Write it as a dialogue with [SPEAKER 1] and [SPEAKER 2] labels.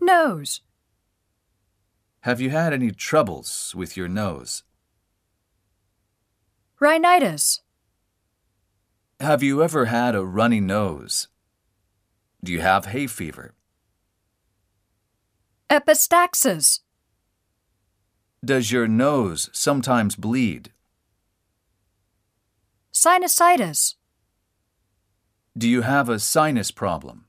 [SPEAKER 1] Nose.
[SPEAKER 2] Have you had any troubles with your nose?
[SPEAKER 1] Rhinitis.
[SPEAKER 2] Have you ever had a runny nose? Do you have hay fever?
[SPEAKER 1] Epistaxis.
[SPEAKER 2] Does your nose sometimes bleed?
[SPEAKER 1] Sinusitis.
[SPEAKER 2] Do you have a sinus problem?